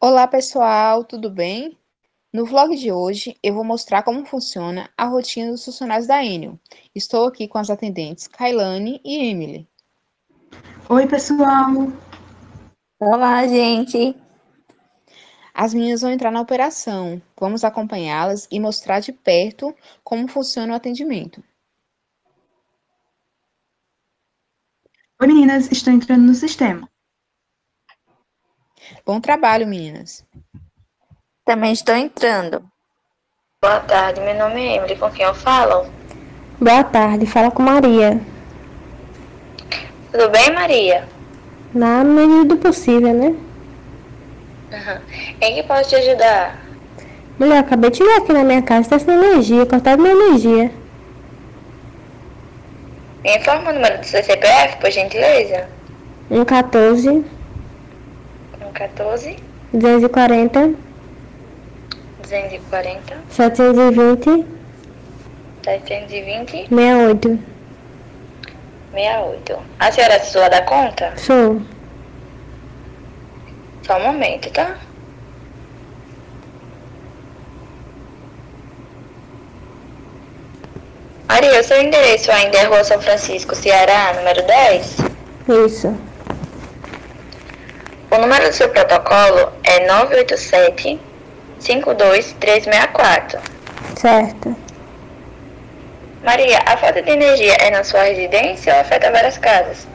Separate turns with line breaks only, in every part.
Olá pessoal, tudo bem? No vlog de hoje eu vou mostrar como funciona a rotina dos funcionários da Enel. Estou aqui com as atendentes Kailane e Emily.
Oi pessoal!
Olá, gente!
As meninas vão entrar na operação. Vamos acompanhá-las e mostrar de perto como funciona o atendimento.
Oi meninas, estou entrando no sistema.
Bom trabalho, meninas.
Também estou entrando.
Boa tarde, meu nome é Emily, com quem eu falo?
Boa tarde, fala com Maria.
Tudo bem, Maria?
Na medida do possível, né?
Aham. Em que posso te ajudar?
Mulher, acabei de chegar aqui na minha casa, está sem energia, cortaram minha energia.
Me informa o número do seu CPF, por gentileza.
114,
Um 14
240,
240
720,
720
68.
68. A senhora é sua da conta?
Sou.
Só um momento, tá? Maria, o seu endereço ainda é Rua São Francisco, Ceará, número 10?
Isso.
O número do seu protocolo é 987 52364.
Certo.
Maria, a falta de energia é na sua residência ou afeta várias casas?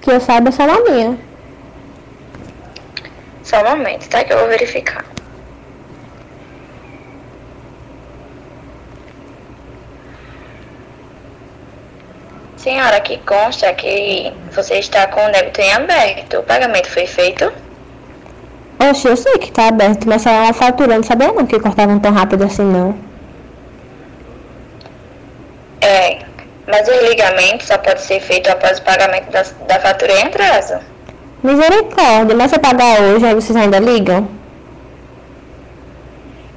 Que eu saiba só na minha.
Só um momento, tá? Que eu vou verificar. Senhora, que consta que você está com o débito em aberto. O pagamento foi feito?
Oxe, eu sei que tá aberto, mas saiu uma fatura, eu não sabia não que cortavam tão rápido assim não.
É, mas o ligamento só pode ser feito após o pagamento da, da fatura em atraso.
Misericórdia, mas se eu pagar hoje, aí vocês ainda ligam?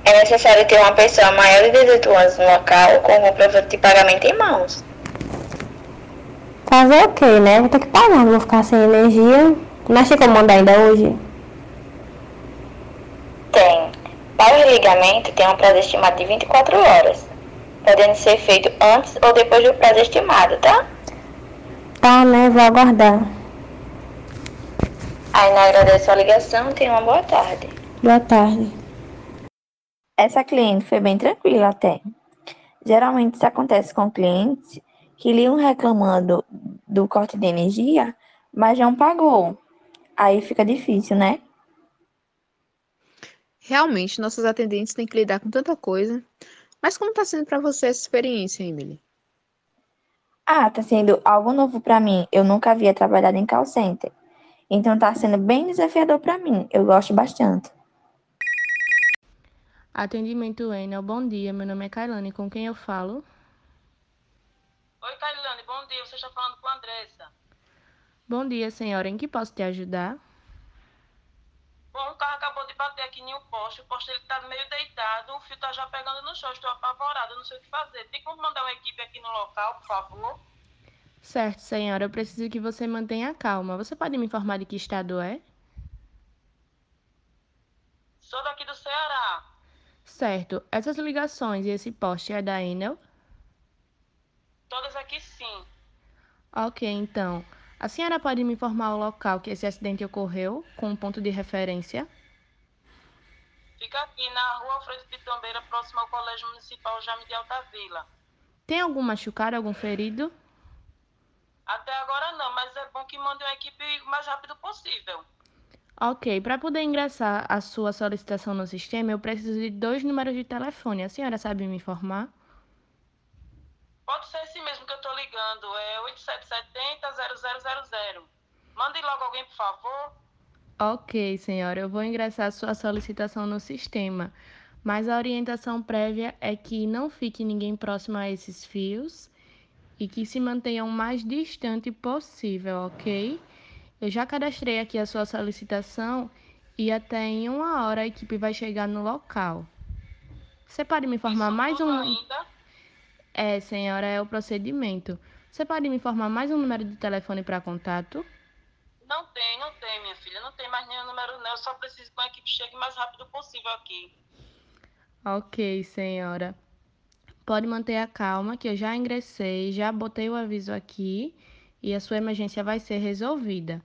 É necessário ter uma pessoa maior de 18 anos no local com o comprovante de pagamento em mãos.
Fazer o quê, né? Vou ter que pagar, não vou ficar sem energia. Mas tem como mandar ainda hoje?
Tem. Para o ligamento, tem um prazo estimado de 24 horas, podendo ser feito antes ou depois do prazo estimado, tá?
Tá, né? Vou aguardar.
Ainda agradeço a ligação e tenha uma boa tarde.
Boa tarde.
Essa cliente foi bem tranquila até. Geralmente isso acontece com clientes que ligam reclamando do corte de energia, mas não pagou. Aí fica difícil, né?
Realmente, nossas atendentes têm que lidar com tanta coisa. Mas como está sendo para você essa experiência, Emily?
Ah, tá sendo algo novo para mim. Eu nunca havia trabalhado em call center. Então tá sendo bem desafiador para mim. Eu gosto bastante.
Atendimento Enel, bom dia. Meu nome é Kailane, com quem eu falo?
Oi, Carilane, bom dia. Você está falando com a Andressa.
Bom dia, senhora. Em que posso te ajudar?
Bom, o carro acabou de bater aqui em um poste. O poste ele tá meio deitado. O fio tá já pegando no chão. Estou apavorada, não sei o que fazer. Tem como mandar uma equipe aqui no local, por favor?
Certo, senhora. Eu preciso que você mantenha a calma. Você pode me informar de que estado é?
Sou daqui do Ceará.
Certo. Essas ligações e esse poste é da Enel?
Todas aqui sim.
Ok, então. A senhora pode me informar o local que esse acidente ocorreu, com o ponto de referência?
Fica aqui na rua Alfredo Pitambeira, próximo ao Colégio Municipal Jaime de Altavila.
Tem algum machucado, algum ferido?
Até agora não, mas é bom que mande uma equipe o mais rápido possível.
Ok, para poder ingressar a sua solicitação no sistema, eu preciso de dois números de telefone. A senhora sabe me informar?
Pode ser esse mesmo que eu tô ligando. É 8770-0000. Mande logo alguém, por favor.
Ok, senhora, eu vou ingressar sua solicitação no sistema, mas a orientação prévia é que não fique ninguém próximo a esses fios e que se mantenham o mais distante possível, ok? Eu já cadastrei aqui a sua solicitação e até em uma hora a equipe vai chegar no local. Você pode me informar
Isso
mais
tudo
um.
Ainda,
É, senhora, é o procedimento. Você pode me informar mais um número de telefone para contato?
não tem, não tem, minha filha. Não tem mais nenhum número, não. Eu só preciso que a equipe chegue o mais rápido possível aqui.
Ok, senhora. Pode manter a calma, que eu já ingressei, já botei o aviso aqui e a sua emergência vai ser resolvida.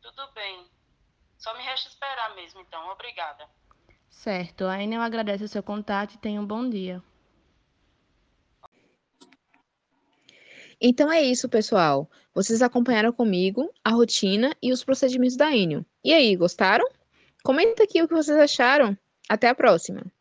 Tudo bem. Só me resta esperar mesmo, então. Obrigada.
Certo, a Enel agradece o seu contato e tenha um bom dia.
Então é isso, pessoal. Vocês acompanharam comigo a rotina e os procedimentos da Enio. E aí, gostaram? Comenta aqui o que vocês acharam. Até a próxima!